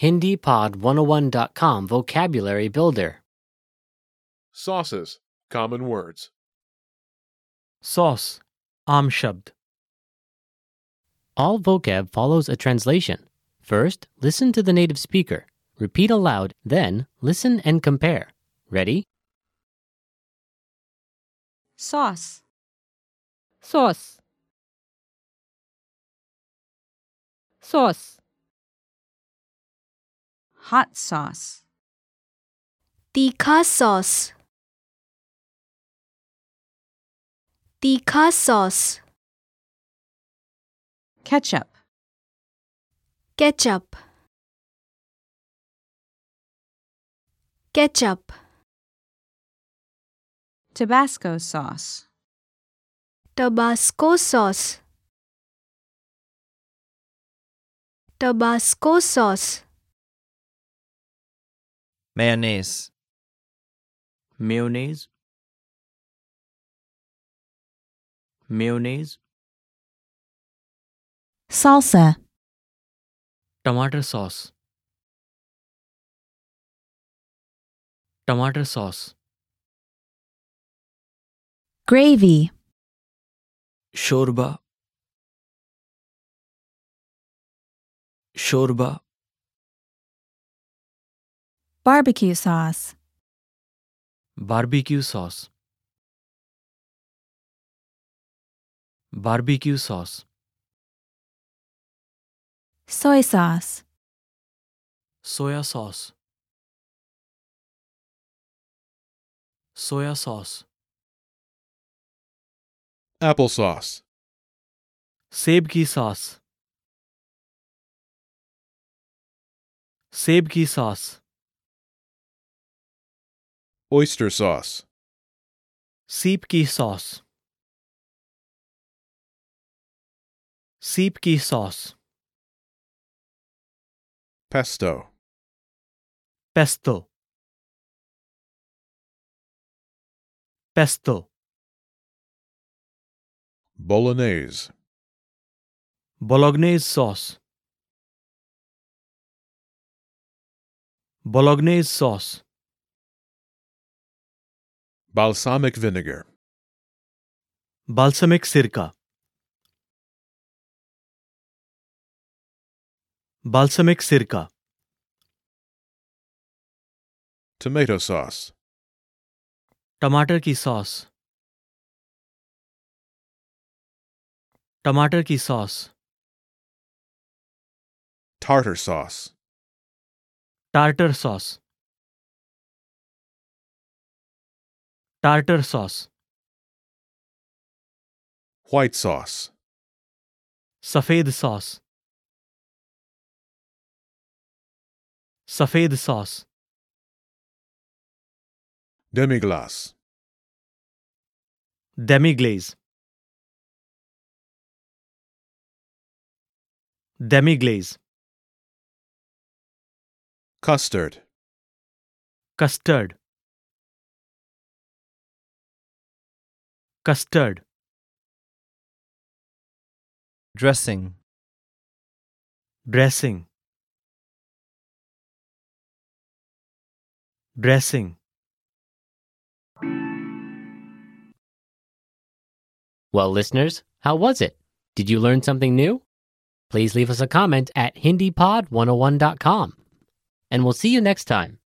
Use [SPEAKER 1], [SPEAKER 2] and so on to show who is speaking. [SPEAKER 1] HindiPod101.com Vocabulary Builder.
[SPEAKER 2] Sauces. Common words.
[SPEAKER 3] sauce आम शब्द
[SPEAKER 1] All vocab follows a translation. First, listen to the native speaker. Repeat aloud, then, listen and compare. Ready?
[SPEAKER 4] sauce,
[SPEAKER 5] sauce sauce
[SPEAKER 4] hot sauce,
[SPEAKER 6] Tikha sauce. Tikha sauce.
[SPEAKER 4] ketchup,
[SPEAKER 6] Ketchup. Ketchup.
[SPEAKER 4] Tabasco sauce,
[SPEAKER 6] Tabasco sauce. Tabasco sauce.
[SPEAKER 7] mayonnaise,
[SPEAKER 3] mayonnaise mayonnaise
[SPEAKER 8] salsa,
[SPEAKER 3] टमाटर sauce टमाटर sauce
[SPEAKER 8] gravy,
[SPEAKER 3] शोरबा शोरबा
[SPEAKER 8] barbecue sauce,
[SPEAKER 3] barbecue sauce barbecue sauce
[SPEAKER 8] soy sauce,
[SPEAKER 3] soya sauce soya sauce
[SPEAKER 2] Applesauce.
[SPEAKER 3] सेब की sauce सेब की sauce
[SPEAKER 2] Oyster sauce.
[SPEAKER 3] सीप की सॉस सीप की sauce
[SPEAKER 2] Pesto.
[SPEAKER 3] Pesto pesto
[SPEAKER 2] Bolognese.
[SPEAKER 3] Bolognese sauce. Bolognese sauce.
[SPEAKER 2] Balsamic vinegar.
[SPEAKER 3] Balsamic sirka. Balsamic sirka.
[SPEAKER 2] Tomato sauce.
[SPEAKER 3] टमाटर की सॉस टमाटर की sauce
[SPEAKER 2] Tartar sauce.
[SPEAKER 3] Tartar sauce tartar sauce
[SPEAKER 2] White sauce.
[SPEAKER 3] सफेद sauce सफेद sauce
[SPEAKER 2] Demi-glace.
[SPEAKER 3] demi glaze demi glaze
[SPEAKER 2] Custard.
[SPEAKER 3] custard custard
[SPEAKER 7] dressing,
[SPEAKER 3] dressing dressing
[SPEAKER 1] Well, listeners, how was it? Did you learn something new? oh Please leave us a comment at HindiPod101.com. And we'll see you next time.